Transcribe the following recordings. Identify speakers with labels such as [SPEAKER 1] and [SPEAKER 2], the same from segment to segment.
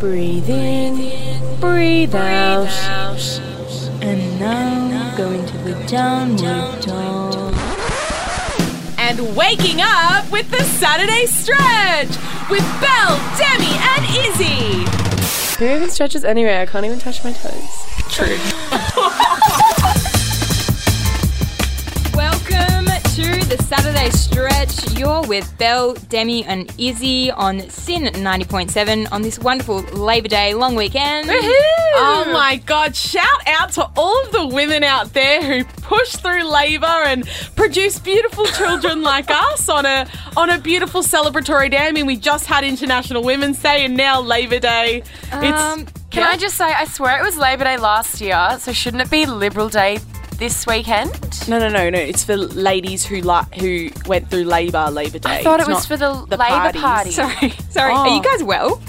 [SPEAKER 1] Breathe in, breathe out. And now go into the downward dog.
[SPEAKER 2] And waking up with the Saturday stretch with Belle, Demi, and Izzy.
[SPEAKER 1] Who even stretches anyway? I can't even touch my toes.
[SPEAKER 2] True. Welcome to the Saturday Stretch. You're with Belle, Demi, and Izzy on Sin 90.7 on this wonderful Labor Day long weekend.
[SPEAKER 3] Oh my God. Shout out to all of the women out there who push through labour and produce beautiful children like us on a on a beautiful celebratory day. I mean, we just had International Women's Day and now Labour Day. It's
[SPEAKER 2] Um,
[SPEAKER 4] Can I just say, I swear it was Labor Day last year, so shouldn't it be Liberal Day this weekend?
[SPEAKER 3] no, no, no, no. It's for ladies who like who went through labour Labor Day.
[SPEAKER 4] I thought it
[SPEAKER 3] It's not
[SPEAKER 4] was for
[SPEAKER 3] the
[SPEAKER 4] the, Labor
[SPEAKER 3] parties.
[SPEAKER 4] Party.
[SPEAKER 2] Sorry, sorry.
[SPEAKER 4] Oh.
[SPEAKER 2] Are you guys well?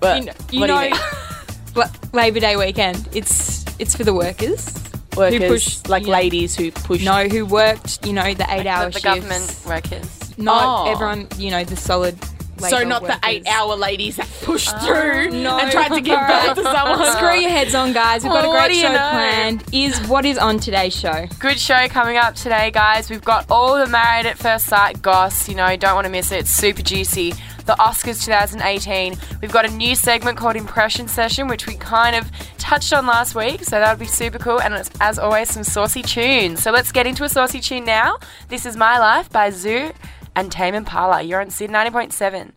[SPEAKER 3] but
[SPEAKER 2] You know, you
[SPEAKER 3] what do
[SPEAKER 2] know-
[SPEAKER 3] you mean?
[SPEAKER 2] La- Labor Day weekend. It's it's for the workers.
[SPEAKER 3] Workers,
[SPEAKER 2] who push-
[SPEAKER 3] like
[SPEAKER 2] yeah.
[SPEAKER 3] ladies who push.
[SPEAKER 2] No, who worked, you know, the eight hour
[SPEAKER 4] the, the
[SPEAKER 2] shifts.
[SPEAKER 4] government workers.
[SPEAKER 2] Not
[SPEAKER 3] Oh.
[SPEAKER 2] everyone, you know, the solid.
[SPEAKER 3] So
[SPEAKER 2] labour
[SPEAKER 3] not
[SPEAKER 2] workers.
[SPEAKER 3] the eight-hour ladies that pushed through
[SPEAKER 2] Oh, no.
[SPEAKER 3] and tried to give birth to someone.
[SPEAKER 2] Screw your heads on, guys. We've got
[SPEAKER 4] Oh,
[SPEAKER 2] a
[SPEAKER 4] what
[SPEAKER 2] great
[SPEAKER 4] do you
[SPEAKER 2] show
[SPEAKER 4] know?
[SPEAKER 2] planned. Is what is on today's show?
[SPEAKER 4] Good show coming up today, guys. We've got all the Married at First Sight goss. You know, don't want to miss it. It's super juicy. The Oscars 2018. We've got a new segment called Impression Session, which we kind of touched on last week, so that'll be super cool. And it's, as always, some saucy tunes. So let's get into a saucy tune now. This is My Life by Zoo and Tame Impala. You're on Sid 90.7.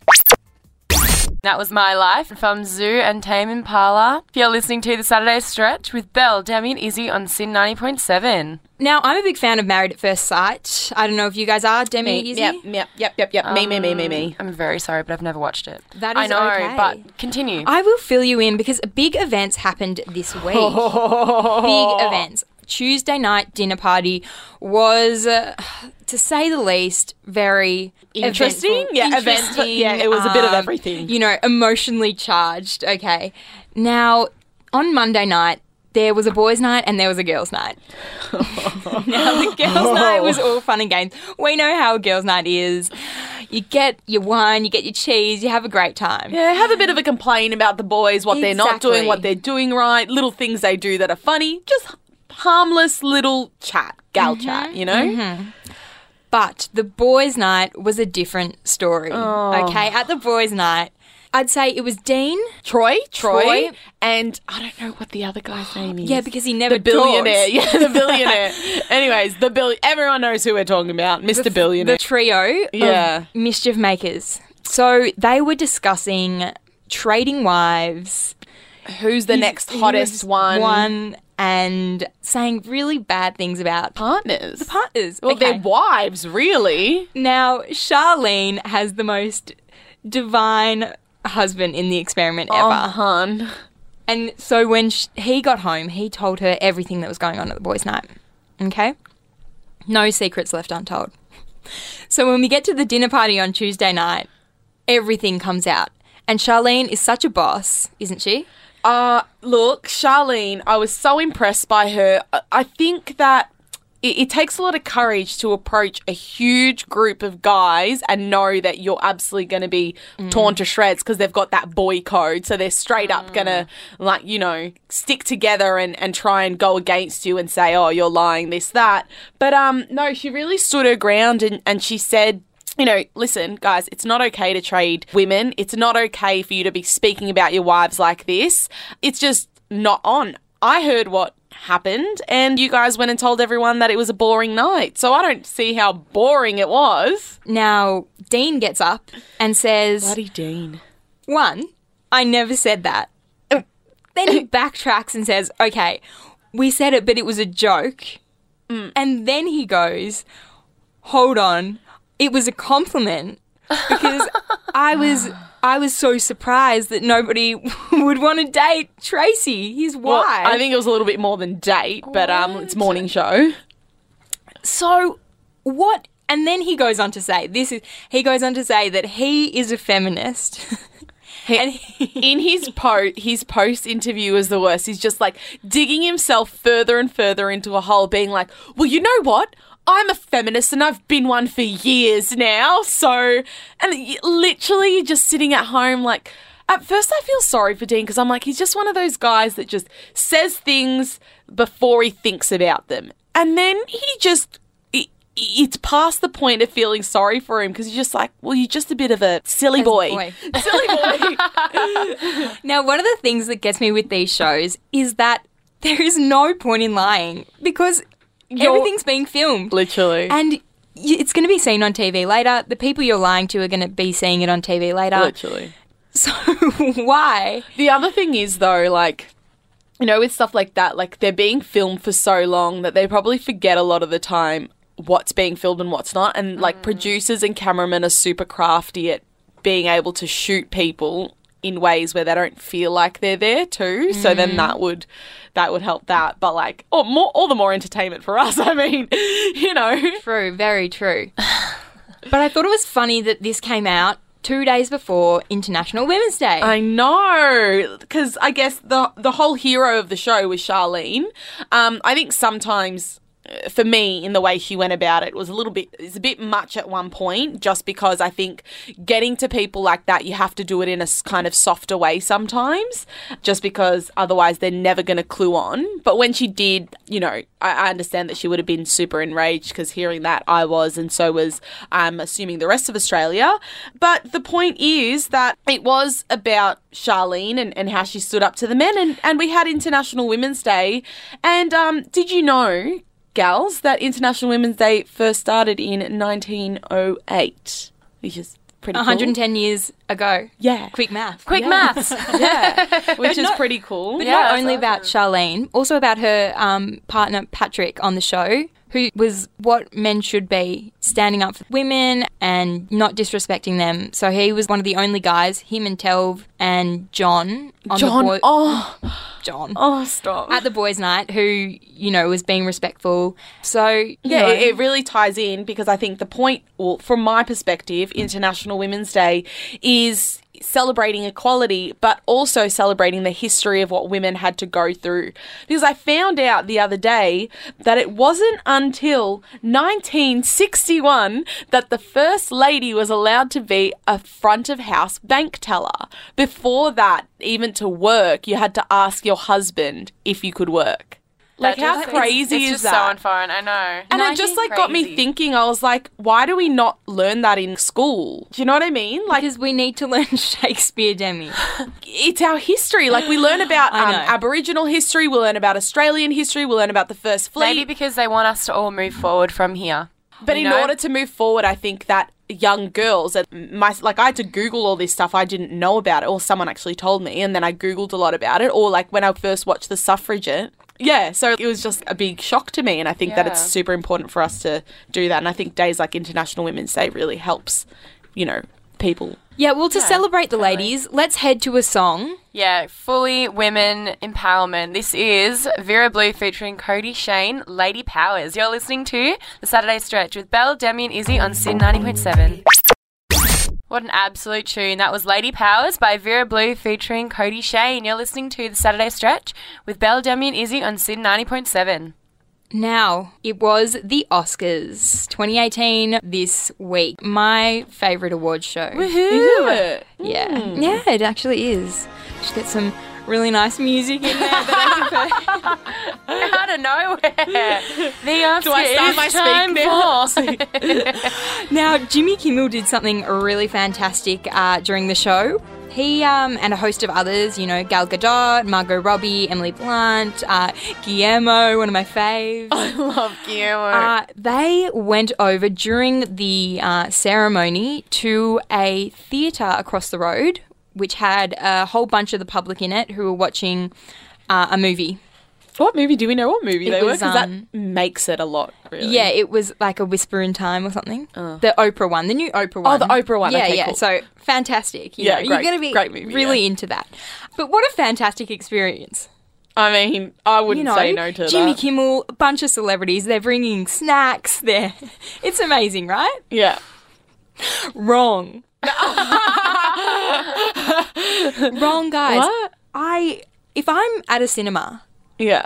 [SPEAKER 4] That was my life from Zoo and Tame Impala. If you're listening to the Saturday Stretch with Belle, Demi, and Izzy on Sin 90.7.
[SPEAKER 2] Now, I'm a big fan of Married at First Sight. I don't know if you guys are, Demi, Izzy.
[SPEAKER 3] Yep, yep, yep, yep, yep. me, me, me, me, me.
[SPEAKER 4] I'm very sorry, but I've never watched it.
[SPEAKER 2] That
[SPEAKER 4] I
[SPEAKER 2] is
[SPEAKER 4] know,
[SPEAKER 2] okay.
[SPEAKER 4] but continue.
[SPEAKER 2] I will fill you in because big events happened this week. big events. Tuesday night dinner party was, uh, to say the least, very
[SPEAKER 3] Interesting?
[SPEAKER 2] eventful.
[SPEAKER 3] Yeah, event-
[SPEAKER 2] Interesting, um,
[SPEAKER 3] yeah, it was a bit of everything.
[SPEAKER 2] You know, emotionally charged. Okay, now on Monday night. There was a boys' night and there was a girls' night. now the girls' night was all fun and games. We know how a girls' night is. You get your wine, you get your cheese, you have a great time.
[SPEAKER 3] Yeah, have a bit of a complaint about the boys, what they're not doing, what
[SPEAKER 2] Exactly.
[SPEAKER 3] they're doing right, little things they do that are funny, just harmless little chat, gal
[SPEAKER 4] Mm-hmm,
[SPEAKER 3] chat, you know?
[SPEAKER 2] But the boys' night was a different story.
[SPEAKER 3] Oh.
[SPEAKER 2] Okay, at the boys' night, I'd say it was Dean.
[SPEAKER 3] Troy, Troy,
[SPEAKER 2] Troy.
[SPEAKER 3] and I don't know what the other guy's name is.
[SPEAKER 2] Yeah, because he never
[SPEAKER 3] the billionaire,
[SPEAKER 2] talks.
[SPEAKER 3] yeah, the billionaire. Anyways, the bill. Everyone knows who we're talking about, Mr. Billionaire.
[SPEAKER 2] The trio
[SPEAKER 3] Yeah.
[SPEAKER 2] of mischief makers. So they were discussing trading wives.
[SPEAKER 3] Who's the next
[SPEAKER 2] Who
[SPEAKER 3] hottest
[SPEAKER 2] was
[SPEAKER 3] one?
[SPEAKER 2] One and saying really bad things about
[SPEAKER 3] partners. The
[SPEAKER 2] partners.
[SPEAKER 3] Well,
[SPEAKER 2] okay.
[SPEAKER 3] their wives, really.
[SPEAKER 2] Now, Charlene has the most divine husband in the experiment ever.
[SPEAKER 3] Oh, hun.
[SPEAKER 2] And so when sh he got home, he told her everything that was going on at the boys' night. Okay? No secrets left untold. So when we get to the dinner party on Tuesday night, everything comes out. And Charlene is such a boss, isn't she?
[SPEAKER 3] Uh, look, Charlene, I was so impressed by her. I- I think that it, it takes a lot of courage to approach a huge group of guys and know that you're absolutely going to be torn to shreds because they've got that boy code. So they're straight up going to, like, you know, stick together and, and try and go against you and say, oh, you're lying, this, that. But um, no, she really stood her ground and, and she said, you know, listen, guys, it's not okay to trade women. It's not okay for you to be speaking about your wives like this. It's just not on. I heard what happened, and you guys went and told everyone that it was a boring night. So I don't see how boring it was.
[SPEAKER 2] Now, Dean gets up and says,
[SPEAKER 3] Dean.
[SPEAKER 2] One, I never said that. then he backtracks and says, okay, we said it, but it was a joke.
[SPEAKER 3] Mm.
[SPEAKER 2] And then he goes, hold on, it was a compliment because I was. I was so surprised that nobody would want to date Tracy, his wife.
[SPEAKER 3] Well, I think it was a little bit more than date, but um, it's morning show.
[SPEAKER 2] So what? And then he goes on to say, "This is." He goes on to say that he is a feminist, and he,
[SPEAKER 3] in his po- his post interview is the worst. He's just like digging himself further and further into a hole, being like, "Well, you know what? I'm a feminist, and I've been one for years now." So, and y- literally, you're just sitting at home like. At first, I feel sorry for Dean because I'm like, he's just one of those guys that just says things before he thinks about them. And then he just, i- i- it's past the point of feeling sorry for him because you're just like, well, you're just a bit of a silly boy.
[SPEAKER 2] boy.
[SPEAKER 3] silly boy.
[SPEAKER 2] Now, one of the things that gets me with these shows is that there is no point in lying because everything's being filmed.
[SPEAKER 3] Literally.
[SPEAKER 2] And y- it's going to be seen on TV later. The people you're lying to are going to be seeing it on TV later.
[SPEAKER 3] Literally.
[SPEAKER 2] So why?
[SPEAKER 3] uh, The other thing is though, like you know, with stuff like that, like they're being filmed for so long that they probably forget a lot of the time what's being filmed and what's not. And like producers and cameramen are super crafty at being able to shoot people in ways where they don't feel like they're there too. So then that would that would help that. But like or more all the more entertainment for us, I mean, you know.
[SPEAKER 2] True, very true. but I thought it was funny that this came out two days before International Women's Day.
[SPEAKER 3] I know, because I guess the the whole hero of the show was Charlene. Um, I think sometimes, uh, for me, in the way she went about it, was a little bit it's a bit much at one point. Just because I think getting to people like that, you have to do it in a s- kind of softer way sometimes, just because otherwise they're never going to clue on. But when she did, you know, I, I understand that she would have been super enraged because hearing that I was, and so was I'm assuming the rest of Australia. But the point is that it was about Charlene and, and how she stood up to the men, and, and we had International Women's Day. And um, did you know, gals, that International Women's Day first started in 1908, which is pretty cool.
[SPEAKER 2] 110 years ago.
[SPEAKER 3] Yeah.
[SPEAKER 2] Quick math.
[SPEAKER 4] Quick maths.
[SPEAKER 3] yeah, which is pretty cool.
[SPEAKER 2] But
[SPEAKER 4] Yeah,
[SPEAKER 2] not
[SPEAKER 4] that's
[SPEAKER 2] only about Charlene, also about her um, partner Patrick on the show, who was what men should be standing up for women and not disrespecting them. So he was one of the only guys, him and Telv and John on
[SPEAKER 3] John,
[SPEAKER 2] the boy-
[SPEAKER 3] oh,
[SPEAKER 2] John.
[SPEAKER 3] oh, stop.
[SPEAKER 2] At the boys' night, who you know was being respectful. So
[SPEAKER 3] Yeah,
[SPEAKER 2] you know,
[SPEAKER 3] it, it really ties in because I think the point, well, from my perspective, International Women's Day is celebrating equality, but also celebrating the history of what women had to go through. Because I found out the other day that it wasn't until 1961 that the First Lady was allowed to be a front of house bank teller. Before that, even to work, you had to ask your husband if you could work. Like,
[SPEAKER 4] That
[SPEAKER 3] how
[SPEAKER 4] just-
[SPEAKER 3] crazy
[SPEAKER 4] it's,
[SPEAKER 3] is
[SPEAKER 4] it's just
[SPEAKER 3] that?
[SPEAKER 4] so unfun. I know.
[SPEAKER 3] And
[SPEAKER 2] No, I
[SPEAKER 3] it just
[SPEAKER 2] think
[SPEAKER 3] like got me
[SPEAKER 4] crazy.
[SPEAKER 3] thinking. I was like, why do we not learn that in school? Do you know what I mean? Like
[SPEAKER 2] because we need to learn Shakespeare, Demi.
[SPEAKER 3] it's our history. Like we learn about
[SPEAKER 2] I
[SPEAKER 3] um,
[SPEAKER 2] know.
[SPEAKER 3] Aboriginal history, we learn about Australian history, we learn about the First Fleet.
[SPEAKER 4] Maybe because they want us to all move forward from here.
[SPEAKER 3] But
[SPEAKER 4] You
[SPEAKER 3] in
[SPEAKER 4] know?
[SPEAKER 3] order to move forward, I think that young girls and my like I had to Google all this stuff I didn't know about it, or someone actually told me, and then I Googled a lot about it, or like when I first watched The Suffragette. Yeah, so it was just a big shock to me, and I think that it's
[SPEAKER 4] Yeah.
[SPEAKER 3] super important for us to do that. And I think days like International Women's Day really helps, you know, people.
[SPEAKER 2] Yeah, well, to celebrate the ladies, let's head to a song.
[SPEAKER 4] Yeah, fully women empowerment. This is Vera Blue featuring Cody Shane, Lady Powers. You're listening to The Saturday Stretch with Belle, Demi, and Izzy on Sin 90.7. What an absolute tune. That was Lady Powers by Vera Blue featuring Cody Shane. You're listening to The Saturday Stretch with Belle, Demi, and Izzy on Sin 90.7.
[SPEAKER 2] Now, it was the Oscars 2018 this week. My favourite award show.
[SPEAKER 3] Woohoo!
[SPEAKER 2] Yeah. Yeah, it actually is. Should get some really nice music in there. that I can
[SPEAKER 4] Out of nowhere. The answer
[SPEAKER 3] Do I start
[SPEAKER 4] is
[SPEAKER 3] my
[SPEAKER 4] time
[SPEAKER 3] speak now?
[SPEAKER 4] for-
[SPEAKER 2] play. now, Jimmy Kimmel did something really fantastic uh, during the show. He um, and a host of others, you know, Gal Gadot, Margot Robbie, Emily Blunt, uh, Guillermo, one of my faves.
[SPEAKER 4] Love Guillermo.
[SPEAKER 2] Uh, they went over during the uh, ceremony to a theatre across the road, which had a whole bunch of the public in it who were watching uh, a movie.
[SPEAKER 3] What movie do we know? What movie
[SPEAKER 2] It
[SPEAKER 3] they were?
[SPEAKER 2] was,
[SPEAKER 3] Because
[SPEAKER 2] um,
[SPEAKER 3] that makes it a lot. Really.
[SPEAKER 2] Yeah, it was like a Whisper in Time or something. The Oprah one, the new Oprah
[SPEAKER 3] Oh,
[SPEAKER 2] one.
[SPEAKER 3] the Oprah one.
[SPEAKER 2] Yeah,
[SPEAKER 3] Okay,
[SPEAKER 2] yeah.
[SPEAKER 3] cool.
[SPEAKER 2] So fantastic. You
[SPEAKER 3] Yeah,
[SPEAKER 2] know,
[SPEAKER 3] great-
[SPEAKER 2] you're going to be
[SPEAKER 3] great movie,
[SPEAKER 2] really
[SPEAKER 3] yeah.
[SPEAKER 2] into that. But what a fantastic experience.
[SPEAKER 3] I mean, I
[SPEAKER 2] you
[SPEAKER 3] wouldn't
[SPEAKER 2] know,
[SPEAKER 3] say no to
[SPEAKER 2] Jimmy
[SPEAKER 3] that.
[SPEAKER 2] Kimmel, a bunch of celebrities. They're bringing snacks. They're, it's amazing, right?
[SPEAKER 3] yeah.
[SPEAKER 2] Wrong. Wrong, guys.
[SPEAKER 3] What?
[SPEAKER 2] I if I'm at a cinema,
[SPEAKER 3] Yeah.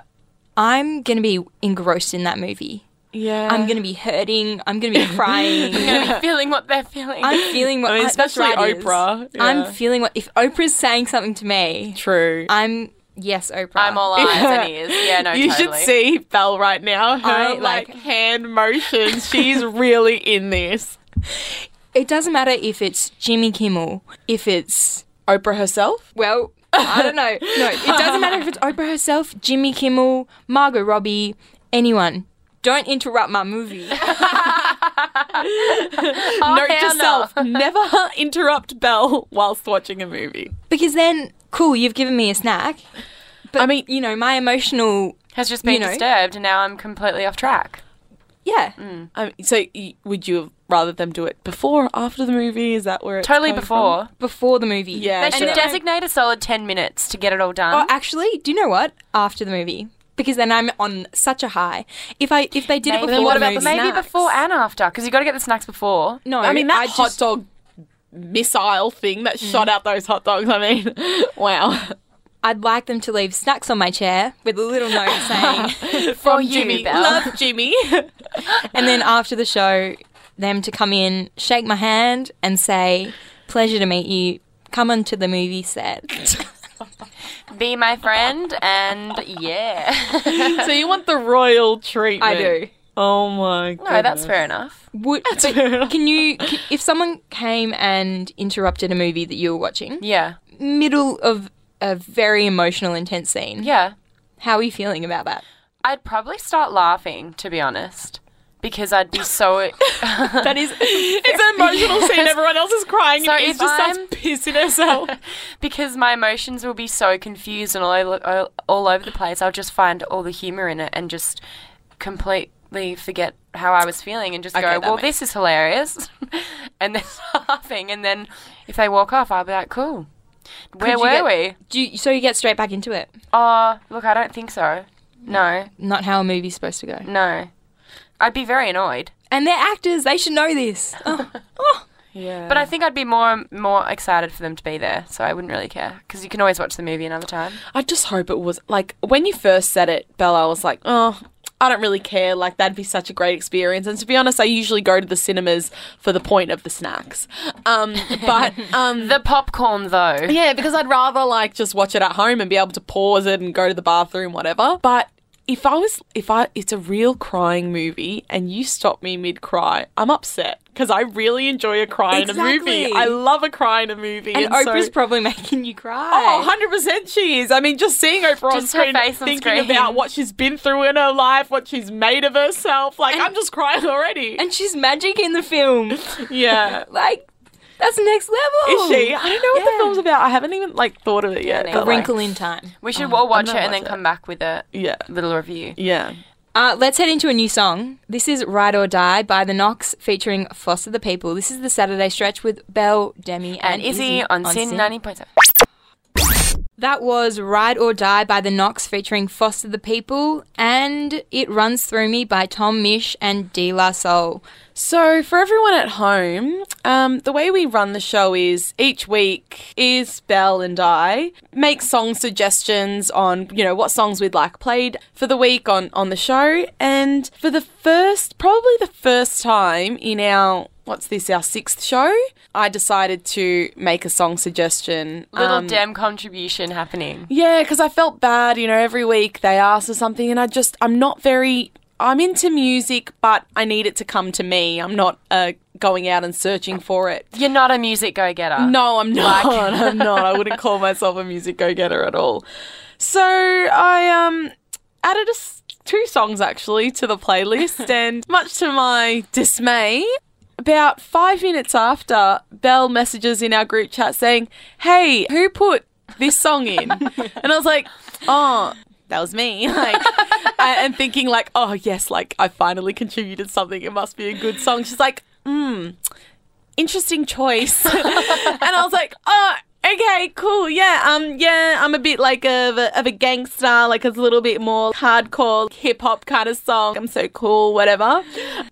[SPEAKER 2] I'm gonna be engrossed in that movie.
[SPEAKER 3] Yeah.
[SPEAKER 2] I'm going to be hurting. I'm going to be crying.
[SPEAKER 4] You're gonna be feeling what they're feeling.
[SPEAKER 2] I'm feeling what
[SPEAKER 3] I mean,
[SPEAKER 2] I- that's
[SPEAKER 3] especially
[SPEAKER 2] what it is.
[SPEAKER 3] Oprah, yeah.
[SPEAKER 2] I'm feeling what if Oprah's saying something to me.
[SPEAKER 3] True.
[SPEAKER 2] I'm yes, Oprah.
[SPEAKER 4] I'm all eyes and ears. Yeah, no,
[SPEAKER 3] you
[SPEAKER 4] totally. Oh
[SPEAKER 3] should see Belle right now. Her
[SPEAKER 2] I,
[SPEAKER 3] like,
[SPEAKER 2] like-
[SPEAKER 3] hand motions. She's really in this.
[SPEAKER 2] It doesn't matter if it's Jimmy Kimmel, if it's
[SPEAKER 3] Oprah herself.
[SPEAKER 2] well, I don't know. No, it doesn't matter if it's Oprah herself, Jimmy Kimmel, Margot Robbie, anyone. Don't interrupt my movie.
[SPEAKER 3] Note to
[SPEAKER 4] hell no.
[SPEAKER 3] self: never interrupt Belle whilst watching a movie.
[SPEAKER 2] Because then, cool, you've given me a snack. But
[SPEAKER 3] I mean-
[SPEAKER 2] you know, my emotional
[SPEAKER 4] Has just been
[SPEAKER 2] you know.
[SPEAKER 4] disturbed, and now I'm completely off track.
[SPEAKER 2] yeah.
[SPEAKER 3] Um, so, y- would you have rather them do it before or after the movie? Is that where it's
[SPEAKER 4] Totally
[SPEAKER 3] coming
[SPEAKER 4] before.
[SPEAKER 2] Before the movie.
[SPEAKER 3] Yeah.
[SPEAKER 4] They
[SPEAKER 3] And
[SPEAKER 4] should
[SPEAKER 3] then-
[SPEAKER 4] designate a solid 10 minutes to get it all done.
[SPEAKER 2] Oh, actually, do you know what? After the movie, because then I'm on such a high. If I if they did it
[SPEAKER 4] maybe
[SPEAKER 2] before
[SPEAKER 4] what
[SPEAKER 2] the
[SPEAKER 4] about the,
[SPEAKER 2] movie,
[SPEAKER 4] maybe
[SPEAKER 2] snacks.
[SPEAKER 4] before and after? Because you got to get the snacks before.
[SPEAKER 2] No,
[SPEAKER 3] from? I mean, that
[SPEAKER 2] I
[SPEAKER 3] hot
[SPEAKER 2] just-
[SPEAKER 3] dog missile thing
[SPEAKER 4] Mm-hmm.
[SPEAKER 3] that shot out those hot dogs. I mean, wow.
[SPEAKER 2] I'd like them to leave snacks on my chair with a little note saying,
[SPEAKER 4] From
[SPEAKER 3] Jimmy, love Jimmy.
[SPEAKER 2] and then after the show, them to come in, shake my hand, and say, "Pleasure to meet you. Come onto the movie set."
[SPEAKER 4] Be my friend, and yeah.
[SPEAKER 3] so you want the royal treatment?
[SPEAKER 2] I do.
[SPEAKER 3] Oh my god.
[SPEAKER 4] no, that's fair enough.
[SPEAKER 2] Would but
[SPEAKER 3] fair enough.
[SPEAKER 2] can you? c- If someone came and interrupted a movie that you were watching,
[SPEAKER 4] Yeah.
[SPEAKER 2] middle of a very emotional, intense scene,
[SPEAKER 4] Yeah.
[SPEAKER 2] how are you feeling about that?
[SPEAKER 4] I'd probably start laughing, to be honest, because I'd be so.
[SPEAKER 3] That is, it's an emotional scene. Everyone else is crying,
[SPEAKER 4] So
[SPEAKER 3] and Eve
[SPEAKER 4] if
[SPEAKER 3] just starts
[SPEAKER 4] I'm-
[SPEAKER 3] pissing herself.
[SPEAKER 4] because my emotions will be so confused and all over, all, all over the place. I'll just find all the humor in it and just completely forget how I was feeling and just
[SPEAKER 3] Okay,
[SPEAKER 4] go,
[SPEAKER 3] that
[SPEAKER 4] "Well,
[SPEAKER 3] makes-
[SPEAKER 4] this is hilarious," and then laughing. And then if they walk off, I'll be like, "Cool, where
[SPEAKER 2] you
[SPEAKER 4] were
[SPEAKER 2] get-
[SPEAKER 4] we?"
[SPEAKER 2] Do you, so you get straight back into it.
[SPEAKER 4] Oh, look, I don't think so. No,
[SPEAKER 2] Not how a movie's supposed to go.
[SPEAKER 4] no, I'd be very annoyed.
[SPEAKER 2] And they're actors; they should know this. Oh,
[SPEAKER 3] Yeah.
[SPEAKER 4] But I think I'd be more more excited for them to be there, so I wouldn't really care because you can always watch the movie another time.
[SPEAKER 3] I just hope it was like when you first said it, Bella. I was like, oh, I don't really care. Like that'd be such a great experience. And to be honest, I usually go to the cinemas for the point of the snacks. Um, but um,
[SPEAKER 4] The popcorn, though.
[SPEAKER 3] yeah, because I'd rather like just watch it at home and be able to pause it and go to the bathroom, whatever. But if I was, if I, it's a real crying movie, and you stop me mid cry, I'm upset because I really enjoy a cry in a movie.
[SPEAKER 2] Exactly.
[SPEAKER 3] I love a cry in a movie.
[SPEAKER 2] and
[SPEAKER 3] so-
[SPEAKER 2] Oprah's probably making you cry.
[SPEAKER 3] Oh, 100% she is. I mean, just seeing Oprah on
[SPEAKER 4] Just her
[SPEAKER 3] screen,
[SPEAKER 4] face on
[SPEAKER 3] thinking
[SPEAKER 4] screen.
[SPEAKER 3] about what she's been through in her life, what she's made of herself. Like, I'm just crying already.
[SPEAKER 2] and she's magic in the film.
[SPEAKER 3] yeah.
[SPEAKER 2] like that's next level.
[SPEAKER 3] Is she? I don't know what
[SPEAKER 2] Yeah.
[SPEAKER 3] the film's about. I haven't even, like, thought of it yet.
[SPEAKER 4] neither.
[SPEAKER 2] A
[SPEAKER 3] but, like,
[SPEAKER 2] Wrinkle in Time.
[SPEAKER 4] We should all watch it
[SPEAKER 3] gonna
[SPEAKER 4] and
[SPEAKER 3] watch
[SPEAKER 4] then
[SPEAKER 3] it.
[SPEAKER 4] come back with a
[SPEAKER 3] yeah.
[SPEAKER 4] little review.
[SPEAKER 3] Yeah.
[SPEAKER 2] Uh, let's head into a new song. This is Ride or Die by The Knox featuring Foster the People. This is the Saturday stretch with Belle, Demi, and,
[SPEAKER 4] And Izzy on Sin 90.7.
[SPEAKER 2] That was Ride or Die by The Knox featuring Foster the People and It Runs Through Me by Tom Mish and De La Soul.
[SPEAKER 3] So, for everyone at home, um, the way we run the show is each week is Belle and I make song suggestions on, you know, what songs we'd like played for the week on, on the show. And for the first, probably the first time in our, what's this, our sixth show, I decided to make a song suggestion.
[SPEAKER 4] Little
[SPEAKER 3] um,
[SPEAKER 4] dem contribution happening.
[SPEAKER 3] yeah, because I felt bad, you know, every week they ask for something and I just, I'm not very, I'm into music, but I need it to come to me. I'm not uh, going out and searching for it.
[SPEAKER 4] You're not a music go getter.
[SPEAKER 3] No, I'm not. I'm not. I wouldn't call myself a music go getter at all. So I um added a s two songs actually to the playlist, and much to my dismay, about five minutes after, Belle messages in our group chat saying, "Hey, who put this song in?" and I was like, "Oh." That was me, like, I- and thinking like, oh yes, like I finally contributed something. It must be a good song. She's like, interesting choice. and I was like, oh, Okay, cool. Yeah, um, yeah, I'm a bit like of a, of a gangster, like a little bit more hardcore hip hop kind of song. I'm so cool, whatever.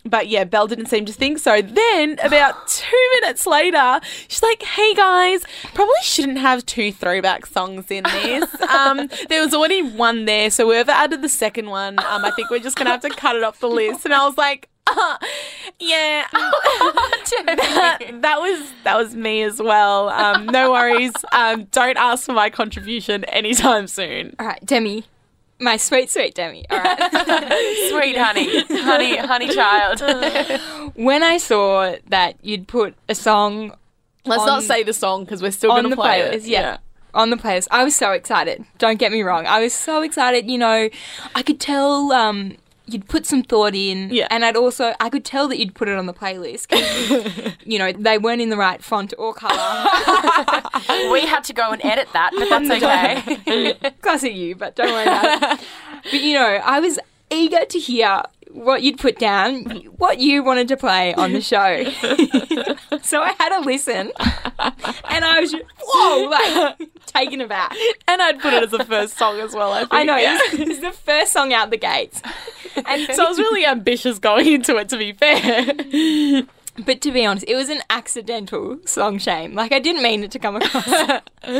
[SPEAKER 3] But yeah, Belle didn't seem to think so. Then about two minutes later, she's like, "Hey guys, probably shouldn't have two throwback songs in this. Um, there was already one there, so whoever added the second one, um, I think we're just gonna have to cut it off the list." And I was like. Uh, yeah, um, that, that was that was me as well. Um, no worries. Um, don't ask for my contribution anytime soon.
[SPEAKER 2] All right, Demi. My sweet, sweet Demi. All right.
[SPEAKER 4] Sweet honey, honey, honey child.
[SPEAKER 2] when I saw that you'd put a song
[SPEAKER 3] Let's
[SPEAKER 2] On-
[SPEAKER 3] not say the song because we're still
[SPEAKER 2] on
[SPEAKER 3] going
[SPEAKER 2] the
[SPEAKER 3] to play
[SPEAKER 2] playlist,
[SPEAKER 3] it.
[SPEAKER 2] yeah. On the playlist. I was so excited. Don't get me wrong. I was so excited, you know, I could tell um you'd put some thought in
[SPEAKER 3] Yeah.
[SPEAKER 2] and I'd also I could tell that you'd put it on the playlist. 'cause, you know, they weren't in the right font or colour.
[SPEAKER 4] We had to go and edit that, but that's okay.
[SPEAKER 2] Classic you, but don't worry about it. But you know, I was eager to hear what you'd put down, what you wanted to play on the show. so I had a listen and I was just, whoa, like taken aback.
[SPEAKER 3] and I'd put it as the first song as well. I, think.
[SPEAKER 2] I know.
[SPEAKER 3] yeah.
[SPEAKER 2] It's, it's the first song out the gates. And
[SPEAKER 3] so I was really ambitious going into it. To be fair,
[SPEAKER 2] but to be honest, it was an accidental song shame. Like I didn't mean it to come across. It- but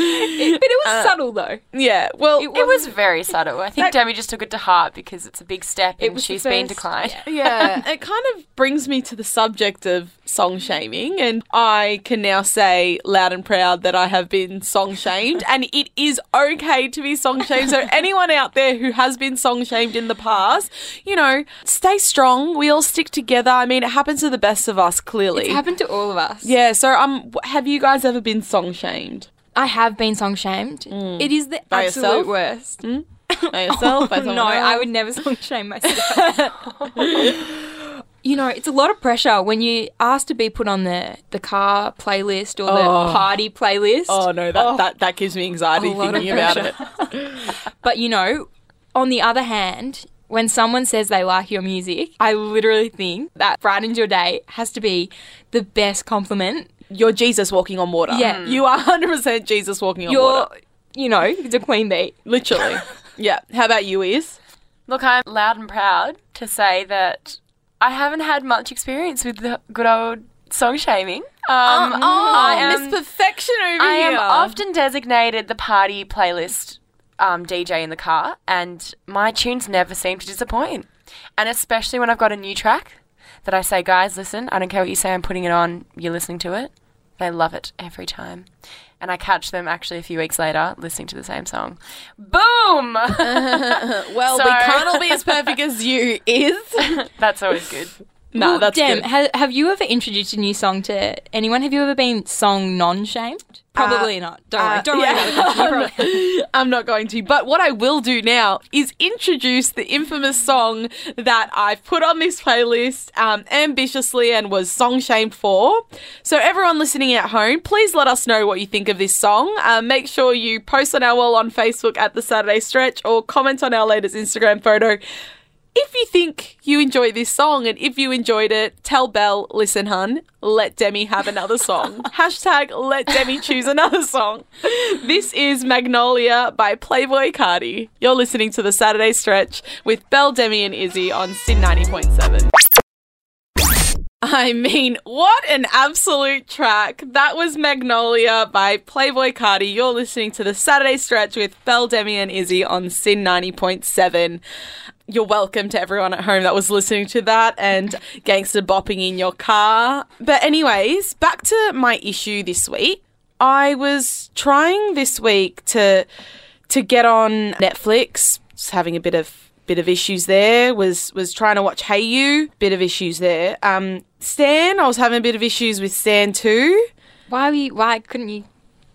[SPEAKER 2] it was subtle though.
[SPEAKER 3] yeah. Well, it
[SPEAKER 4] It was very subtle. I think
[SPEAKER 3] That-
[SPEAKER 4] Demi just took it to heart because it's a big step
[SPEAKER 2] It
[SPEAKER 4] and
[SPEAKER 2] was the
[SPEAKER 4] she's been
[SPEAKER 2] first-
[SPEAKER 4] declined.
[SPEAKER 3] Yeah, it kind of brings me to the subject of song shaming, and I can now say loud and proud that I have been song shamed, and it is okay to be song shamed. So, anyone out there who has been song shamed in the past, you know, stay strong. We all stick together. I mean, it happens to the best of us, clearly.
[SPEAKER 2] It happened to all of us.
[SPEAKER 3] yeah, so um, have you guys ever been song shamed?
[SPEAKER 2] I have been song shamed. It is the
[SPEAKER 3] By yourself?
[SPEAKER 2] absolute worst.
[SPEAKER 3] By yourself? by someone
[SPEAKER 2] Oh, no, I
[SPEAKER 3] else?
[SPEAKER 2] would never song shame myself. you know, it's a lot of pressure when you ask to be put on the the car playlist or the
[SPEAKER 3] Oh.
[SPEAKER 2] party playlist.
[SPEAKER 3] Oh no, that, that that gives me anxiety
[SPEAKER 2] A lot of
[SPEAKER 3] thinking about it.
[SPEAKER 2] pressure. But you know, on the other hand, when someone says they like your music, I literally think that brightens your day has to be the best compliment.
[SPEAKER 3] You're Jesus walking on water.
[SPEAKER 2] Yeah. Mm.
[SPEAKER 3] you are 100% Jesus walking on water.
[SPEAKER 2] You're, you know, the queen bee.
[SPEAKER 3] Literally. yeah. How about you, Is?
[SPEAKER 4] Look, I'm loud and proud to say that I haven't had much experience with the good old song shaming. Um,
[SPEAKER 3] Mm-hmm.
[SPEAKER 4] I am,
[SPEAKER 3] oh, Perfection over
[SPEAKER 4] I am often designated the party playlist um, DJ in the car, and my tunes never seem to disappoint. And especially when I've got a new track that I say, guys, listen, I don't care what you say, I'm putting it on, you're listening to it. They love it every time. And I catch them actually a few weeks later listening to the same song. Boom!
[SPEAKER 3] well, we
[SPEAKER 4] Sorry.
[SPEAKER 3] can't all be as perfect as you, Is.
[SPEAKER 4] That's always good.
[SPEAKER 3] no,
[SPEAKER 2] Well,
[SPEAKER 3] that's
[SPEAKER 2] Dem,
[SPEAKER 3] good.
[SPEAKER 2] ha- have you ever introduced a new song to anyone? Have you ever been song non-shamed? Probably not. Don't worry. Don't worry
[SPEAKER 3] Uh, yeah.
[SPEAKER 2] about the question. You probably-
[SPEAKER 3] I'm not going to. But what I will do now is introduce the infamous song that I've put on this playlist um, ambitiously and was song shamed for. So, everyone listening at home, please let us know what you think of this song. Uh, make sure you post on our wall on Facebook at the Saturday Stretch or comment on our latest Instagram photo. If you think you enjoy this song and if you enjoyed it, tell Belle, listen, hun, let Demi have another song. Hashtag let Demi choose another song. This is Magnolia by Playboy Cardi. You're listening to the Saturday Stretch with Belle, Demi, and Izzy on Sin 90.7. I mean, what an absolute track. That was Magnolia by Playboy Cardi. You're listening to the Saturday Stretch with Belle, Demi, and Izzy on Sin 90.7. You're welcome to everyone at home that was listening to that and gangster bopping in your car. But, anyways, back to my issue this week. I was trying this week to to get on Netflix, just having a bit of bit of issues there. Was was trying to watch Hey You, bit of issues there. Um, Stan, I was having a bit of issues with Stan too.
[SPEAKER 2] why were you, Why couldn't you?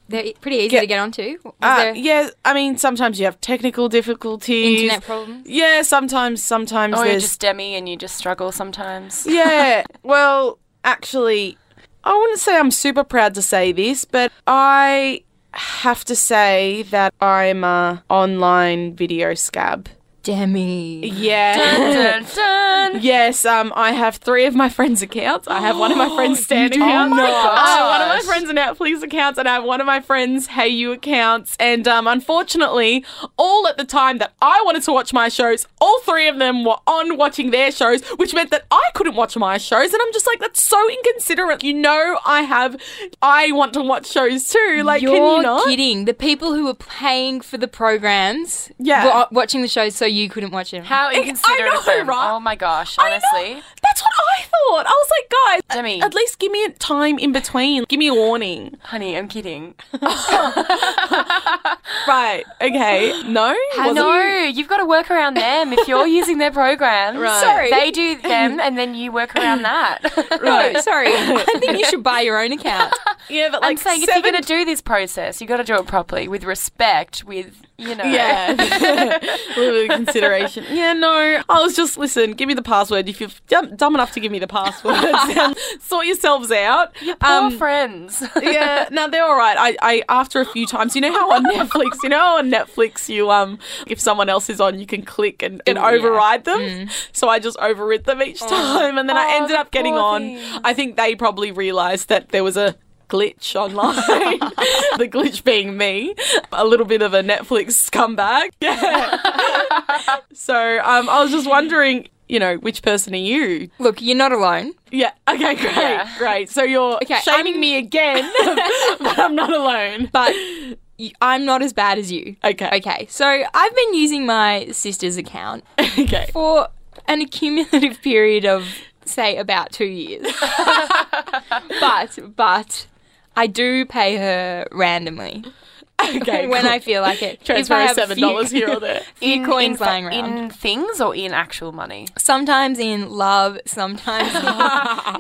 [SPEAKER 2] They're e- pretty easy
[SPEAKER 3] Get-
[SPEAKER 2] to get onto. Was
[SPEAKER 3] Uh,
[SPEAKER 2] there
[SPEAKER 3] yeah, I mean sometimes you have technical difficulties.
[SPEAKER 2] internet problems?
[SPEAKER 3] Yeah, sometimes sometimes
[SPEAKER 4] Or Oh, you're
[SPEAKER 3] there's
[SPEAKER 4] just Demi and you just struggle sometimes.
[SPEAKER 3] yeah. Well, actually, I wouldn't say I'm super proud to say this, but I have to say that I'm a online video scab.
[SPEAKER 2] Demi.
[SPEAKER 3] Yeah.
[SPEAKER 4] Dun, dun.
[SPEAKER 3] Yes, um, I have three of my friends' accounts. I have one of my friends' Stan accounts. I
[SPEAKER 4] not.
[SPEAKER 3] have one of my
[SPEAKER 4] Gosh.
[SPEAKER 3] friends' Netflix Please accounts, and I have one of my friends' Hey You accounts. And um, unfortunately, all at the time that I wanted to watch my shows, all three of them were on watching their shows, which meant that I couldn't watch my shows. And I'm just like, that's so inconsiderate. You know, I have, I want to watch shows too. Like,
[SPEAKER 2] You're
[SPEAKER 3] can you not?
[SPEAKER 2] kidding. The people who were paying for the programs
[SPEAKER 3] Yeah.
[SPEAKER 2] were uh, watching the show so you couldn't watch it.
[SPEAKER 4] How inconsiderate
[SPEAKER 3] know,
[SPEAKER 4] of them.
[SPEAKER 3] right?
[SPEAKER 4] Oh my gosh,
[SPEAKER 3] I know.
[SPEAKER 4] honestly.
[SPEAKER 3] That's what I thought. I was like, guys,
[SPEAKER 4] Demi.
[SPEAKER 3] at least give me a time in between. Give me a warning.
[SPEAKER 4] Honey, I'm kidding.
[SPEAKER 3] Right. Okay. No?
[SPEAKER 4] I
[SPEAKER 3] Wasn't-
[SPEAKER 4] know. You've got to work around them if you're using their programs.
[SPEAKER 3] Right.
[SPEAKER 2] Sorry.
[SPEAKER 4] They do them and then you work around that.
[SPEAKER 2] No, sorry. I think you should buy your own account.
[SPEAKER 3] Yeah, but like
[SPEAKER 4] I'm saying if
[SPEAKER 3] seven
[SPEAKER 4] you're going to do this process, you got to do it properly with respect, with, you know.
[SPEAKER 3] Yeah. a little bit of consideration. Yeah, no. I was just, listen, give me the password. If you're dumb, dumb enough to give me the password, sort yourselves out.
[SPEAKER 4] Poor
[SPEAKER 3] Um,
[SPEAKER 4] friends.
[SPEAKER 3] yeah, no, they're all right. I, I, after a few times, you know how on Netflix, you know, how on Netflix, you um, if someone else is on, you can click and, and override them. So I just overrid them each time, and then I
[SPEAKER 4] Oh, Mm. Oh,
[SPEAKER 3] ended
[SPEAKER 4] the
[SPEAKER 3] up getting
[SPEAKER 4] poor
[SPEAKER 3] on.
[SPEAKER 4] things.
[SPEAKER 3] I think they probably realised that there was a glitch online. the glitch being me, a little bit of a Netflix scumbag. Yeah. so um, I was just wondering. You know, which person are you?
[SPEAKER 2] Look, you're not alone.
[SPEAKER 3] Yeah. Okay, great.
[SPEAKER 4] Yeah.
[SPEAKER 3] Great. So you're
[SPEAKER 2] Okay,
[SPEAKER 3] shaming
[SPEAKER 2] I'm-
[SPEAKER 3] me again, but I'm not alone.
[SPEAKER 2] but y- I'm not as bad as you.
[SPEAKER 3] Okay.
[SPEAKER 2] Okay. So I've been using my sister's account
[SPEAKER 3] Okay.
[SPEAKER 2] for an accumulative period of, say, about two years. but, but. I do pay her randomly
[SPEAKER 3] Okay.
[SPEAKER 2] when
[SPEAKER 3] cool.
[SPEAKER 2] I feel like it. If
[SPEAKER 3] transfer
[SPEAKER 2] I
[SPEAKER 3] her
[SPEAKER 2] have a
[SPEAKER 3] seven dollars
[SPEAKER 2] few-
[SPEAKER 3] here or there.
[SPEAKER 2] few coins
[SPEAKER 4] fa-
[SPEAKER 2] lying around.
[SPEAKER 4] in things or in actual money?
[SPEAKER 2] sometimes in love, sometimes in
[SPEAKER 4] No,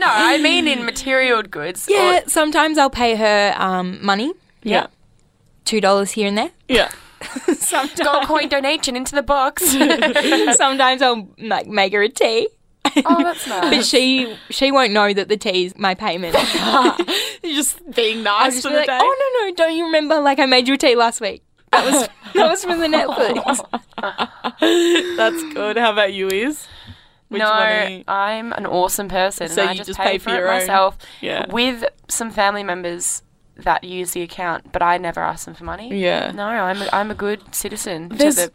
[SPEAKER 4] I mean in material goods. or-
[SPEAKER 2] yeah. Sometimes I'll pay her um, money,
[SPEAKER 3] Yeah.
[SPEAKER 2] two dollars here and there.
[SPEAKER 3] Yeah.
[SPEAKER 2] Sometimes,
[SPEAKER 4] Gold coin donation into the box.
[SPEAKER 2] sometimes I'll like make her a tea.
[SPEAKER 4] oh, that's
[SPEAKER 2] But
[SPEAKER 4] nice.
[SPEAKER 2] she she won't know that the tea is my payment.
[SPEAKER 3] You're just being
[SPEAKER 2] I'll
[SPEAKER 3] nice
[SPEAKER 2] just
[SPEAKER 3] to
[SPEAKER 2] be
[SPEAKER 3] the
[SPEAKER 2] like,
[SPEAKER 3] day.
[SPEAKER 2] oh no no, don't you remember? Like I made you tea last week. That was that was from the Netflix.
[SPEAKER 3] That's good. How about you, Is? Which
[SPEAKER 4] no,
[SPEAKER 3] money-
[SPEAKER 2] um,
[SPEAKER 4] I'm an awesome person.
[SPEAKER 3] So
[SPEAKER 4] and I
[SPEAKER 3] you
[SPEAKER 4] just,
[SPEAKER 3] just
[SPEAKER 4] pay,
[SPEAKER 3] pay
[SPEAKER 4] for,
[SPEAKER 3] for your
[SPEAKER 4] it
[SPEAKER 3] own.
[SPEAKER 4] myself
[SPEAKER 3] Yeah.
[SPEAKER 4] with some family members that use the account, but I never ask them for money.
[SPEAKER 3] Yeah.
[SPEAKER 4] No, I'm a, I'm a good citizen. to
[SPEAKER 3] There's-
[SPEAKER 4] the-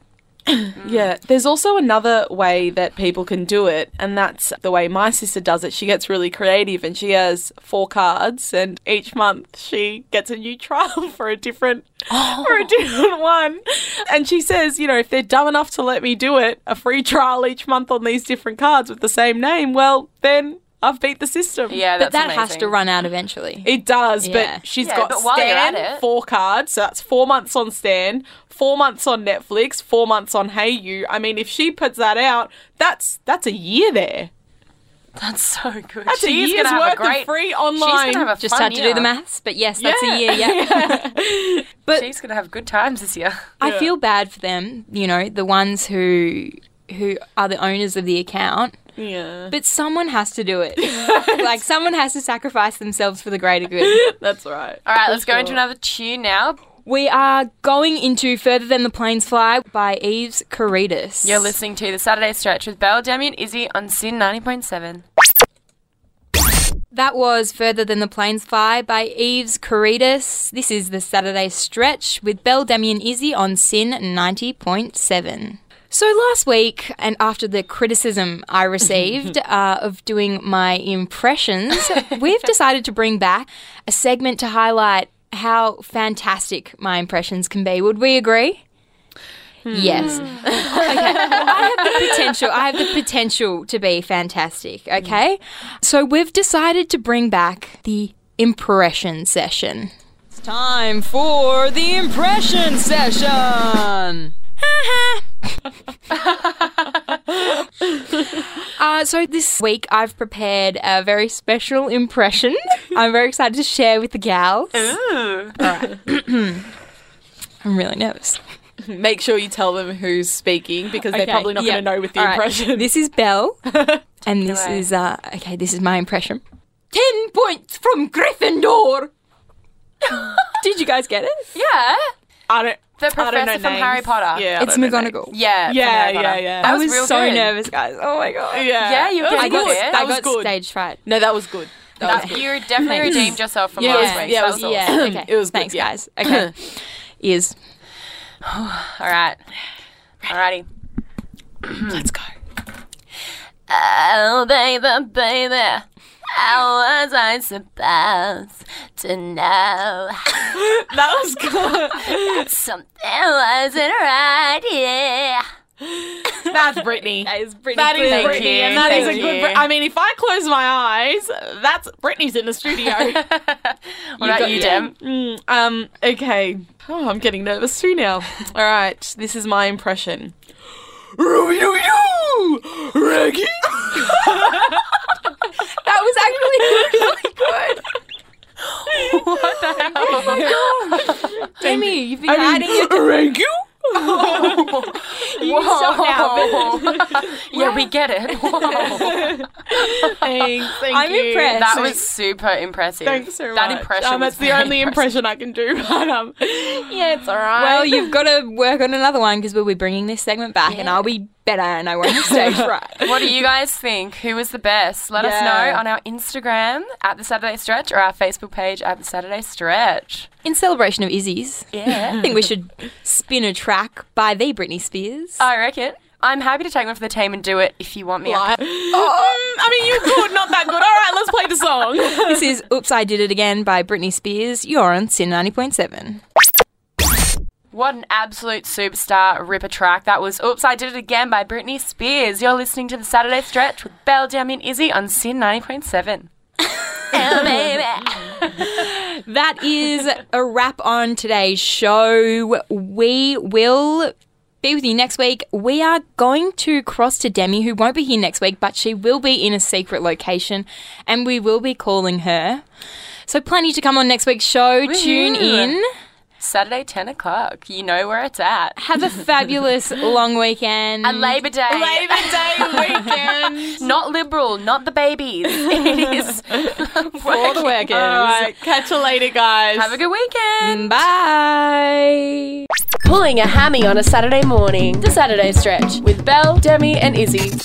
[SPEAKER 3] Yeah, there's also another way that people can do it, and that's the way my sister does it. She gets really creative and she has four cards, and each month she gets a new trial for a different for a different one. And she says, you know, if they're dumb enough to let me do it, a free trial each month on these different cards with the same name, well, then I've beat the system.
[SPEAKER 4] yeah,
[SPEAKER 2] But
[SPEAKER 4] that's
[SPEAKER 2] that has
[SPEAKER 4] amazing.
[SPEAKER 2] to run out eventually.
[SPEAKER 3] It does,
[SPEAKER 2] Yeah.
[SPEAKER 3] but she's
[SPEAKER 4] Yeah,
[SPEAKER 3] got
[SPEAKER 4] but while you're
[SPEAKER 3] Stan
[SPEAKER 4] at it-
[SPEAKER 3] four cards, so that's four months on Stan, four months on Netflix, four months on Hey You. I mean, if she puts that out, that's that's a year there.
[SPEAKER 4] That's so good.
[SPEAKER 3] That's a
[SPEAKER 4] she's
[SPEAKER 3] year's
[SPEAKER 4] gonna have
[SPEAKER 3] worth
[SPEAKER 4] a great.
[SPEAKER 3] of free
[SPEAKER 4] she's
[SPEAKER 3] online.
[SPEAKER 4] gonna have a
[SPEAKER 2] Just
[SPEAKER 4] fun
[SPEAKER 2] had to do
[SPEAKER 4] year.
[SPEAKER 2] the maths, but yes, that's
[SPEAKER 3] Yeah.
[SPEAKER 2] a year. Yeah. But
[SPEAKER 4] She's gonna have good times this year.
[SPEAKER 2] I feel bad for them. You know, the ones who who are the owners of the account.
[SPEAKER 3] yeah,
[SPEAKER 2] But someone has to do it. like someone has to sacrifice themselves for the greater good.
[SPEAKER 3] that's right.
[SPEAKER 4] All right, let's go into another tune now.
[SPEAKER 2] We are going into Further Than the Planes Fly by Eves Caritas.
[SPEAKER 4] You're listening to the Saturday Stretch with Belle, Demi, and Izzy on Sin 90.7.
[SPEAKER 2] That was Further Than the Planes Fly by Eves Caritas. This is the Saturday Stretch with Belle, Demi, and Izzy on Sin 90.7. So last week, and after the criticism I received uh, of doing my impressions, we've decided to bring back a segment to highlight how fantastic my impressions can be. Would we agree? Yes. I have the potential. I have the potential to be fantastic. Okay. So we've decided to bring back the impression session. It's time for the impression session. uh, so this week I've prepared a very special impression. I'm very excited to share with the gals. I'm really nervous.
[SPEAKER 3] Make sure you tell them who's speaking because they're
[SPEAKER 2] Okay,
[SPEAKER 3] probably not
[SPEAKER 2] yeah.
[SPEAKER 3] going to know with the
[SPEAKER 2] All right,
[SPEAKER 3] impression.
[SPEAKER 2] This is Belle, and this
[SPEAKER 4] Right.
[SPEAKER 2] is uh okay. This is my impression. Ten points from Gryffindor. Did you guys get it?
[SPEAKER 4] Yeah.
[SPEAKER 1] I don't.
[SPEAKER 4] The
[SPEAKER 1] I don't know
[SPEAKER 4] professor from Harry
[SPEAKER 1] names.
[SPEAKER 4] Potter.
[SPEAKER 3] Yeah, I
[SPEAKER 2] It's
[SPEAKER 3] don't know names.
[SPEAKER 2] McGonagall.
[SPEAKER 4] Yeah.
[SPEAKER 1] Yeah,
[SPEAKER 4] from Harry Potter.
[SPEAKER 1] yeah, yeah.
[SPEAKER 4] That
[SPEAKER 2] I was
[SPEAKER 4] real
[SPEAKER 2] so
[SPEAKER 4] good.
[SPEAKER 2] nervous, guys. Oh my god.
[SPEAKER 3] Yeah,
[SPEAKER 4] Yeah, you
[SPEAKER 3] That
[SPEAKER 4] get
[SPEAKER 3] was
[SPEAKER 2] I
[SPEAKER 4] it.
[SPEAKER 2] got,
[SPEAKER 3] good.
[SPEAKER 4] That
[SPEAKER 2] I
[SPEAKER 3] was
[SPEAKER 2] got
[SPEAKER 3] good.
[SPEAKER 2] stage fright.
[SPEAKER 3] No, that was good. That
[SPEAKER 4] That-
[SPEAKER 3] was good.
[SPEAKER 4] you definitely
[SPEAKER 2] Thanks.
[SPEAKER 4] redeemed yourself from
[SPEAKER 3] Yeah,
[SPEAKER 4] last
[SPEAKER 2] yeah,
[SPEAKER 4] week.
[SPEAKER 2] yeah,
[SPEAKER 3] it
[SPEAKER 4] so that
[SPEAKER 3] was-
[SPEAKER 4] was awesome.
[SPEAKER 2] Yeah. Okay.
[SPEAKER 3] It was good,
[SPEAKER 2] Thanks,
[SPEAKER 3] yeah.
[SPEAKER 2] guys. Okay. Ears.
[SPEAKER 4] All right. Alrighty.
[SPEAKER 3] Let's go.
[SPEAKER 4] Oh, baby, baby. How was I supposed to know?
[SPEAKER 3] That was good.
[SPEAKER 4] Something wasn't right here.
[SPEAKER 3] That's Britney.
[SPEAKER 2] That is Britney.
[SPEAKER 3] That is
[SPEAKER 2] Thank
[SPEAKER 3] Britney,
[SPEAKER 2] you.
[SPEAKER 3] and that is
[SPEAKER 4] Thank
[SPEAKER 3] a good.
[SPEAKER 4] you.
[SPEAKER 3] Brit- I mean, if I close my eyes, that's Britney's in the studio.
[SPEAKER 4] What about you, Dem?
[SPEAKER 3] Mm, um. Okay. Oh, I'm getting nervous too now. All right. This is my impression. Ruby-dooby-doo! Reggie!
[SPEAKER 2] That was actually
[SPEAKER 3] Oh
[SPEAKER 2] really good.
[SPEAKER 3] Oh
[SPEAKER 2] Demi, you've been hiding your
[SPEAKER 3] Reggie?
[SPEAKER 2] stop now.
[SPEAKER 4] yeah, we get it. Whoa.
[SPEAKER 3] Thanks. Thank
[SPEAKER 2] I'm
[SPEAKER 3] you.
[SPEAKER 2] impressed.
[SPEAKER 4] That was super impressive.
[SPEAKER 3] Thanks so
[SPEAKER 4] that
[SPEAKER 3] much.
[SPEAKER 4] impression
[SPEAKER 3] Um,
[SPEAKER 4] was
[SPEAKER 3] that's the only
[SPEAKER 4] very
[SPEAKER 3] impression I can do. But um, yeah, it's all right.
[SPEAKER 2] Well, you've got to work on another one because we'll be bringing this segment back, and I'll be better, and I won't be stage fright.
[SPEAKER 4] What do you guys think? Who was the best? Let us
[SPEAKER 3] Yeah.
[SPEAKER 4] know on our Instagram at the Saturday Stretch or our Facebook page at the Saturday Stretch.
[SPEAKER 2] In celebration of Izzy's, I
[SPEAKER 4] Yeah.
[SPEAKER 2] think we should spin a track by the Britney Spears.
[SPEAKER 4] I reckon. I'm happy to take one for the team and do it if you want me.
[SPEAKER 3] Like- Um, I mean, you're good, not that good. All right, let's play the song.
[SPEAKER 2] this is "Oops, I Did It Again" by Britney Spears. You're on Sin ninety point seven.
[SPEAKER 4] What an absolute superstar ripper track. That was Oops, I Did It Again by Britney Spears. You're listening to the Saturday Stretch with Belle, Demi and Izzy on Sin 90.7.
[SPEAKER 2] That is a wrap on today's show. We will be with you next week. We are going to cross to Demi, who won't be here next week, but she will be in a secret location and we will be calling her. So, plenty to come on next week's show. Tune in.
[SPEAKER 4] Saturday, 10 o'clock. You know where it's at.
[SPEAKER 2] Have a fabulous long weekend.
[SPEAKER 4] And Labor Day.
[SPEAKER 3] Labor Day weekend.
[SPEAKER 4] Not liberal, not the babies. It is.
[SPEAKER 2] all the workers.
[SPEAKER 3] All right, catch you later, guys.
[SPEAKER 4] Have a good weekend.
[SPEAKER 2] Bye.
[SPEAKER 1] Pulling a hammy on a Saturday morning. The Saturday Stretch with Belle, Demi, and Izzy.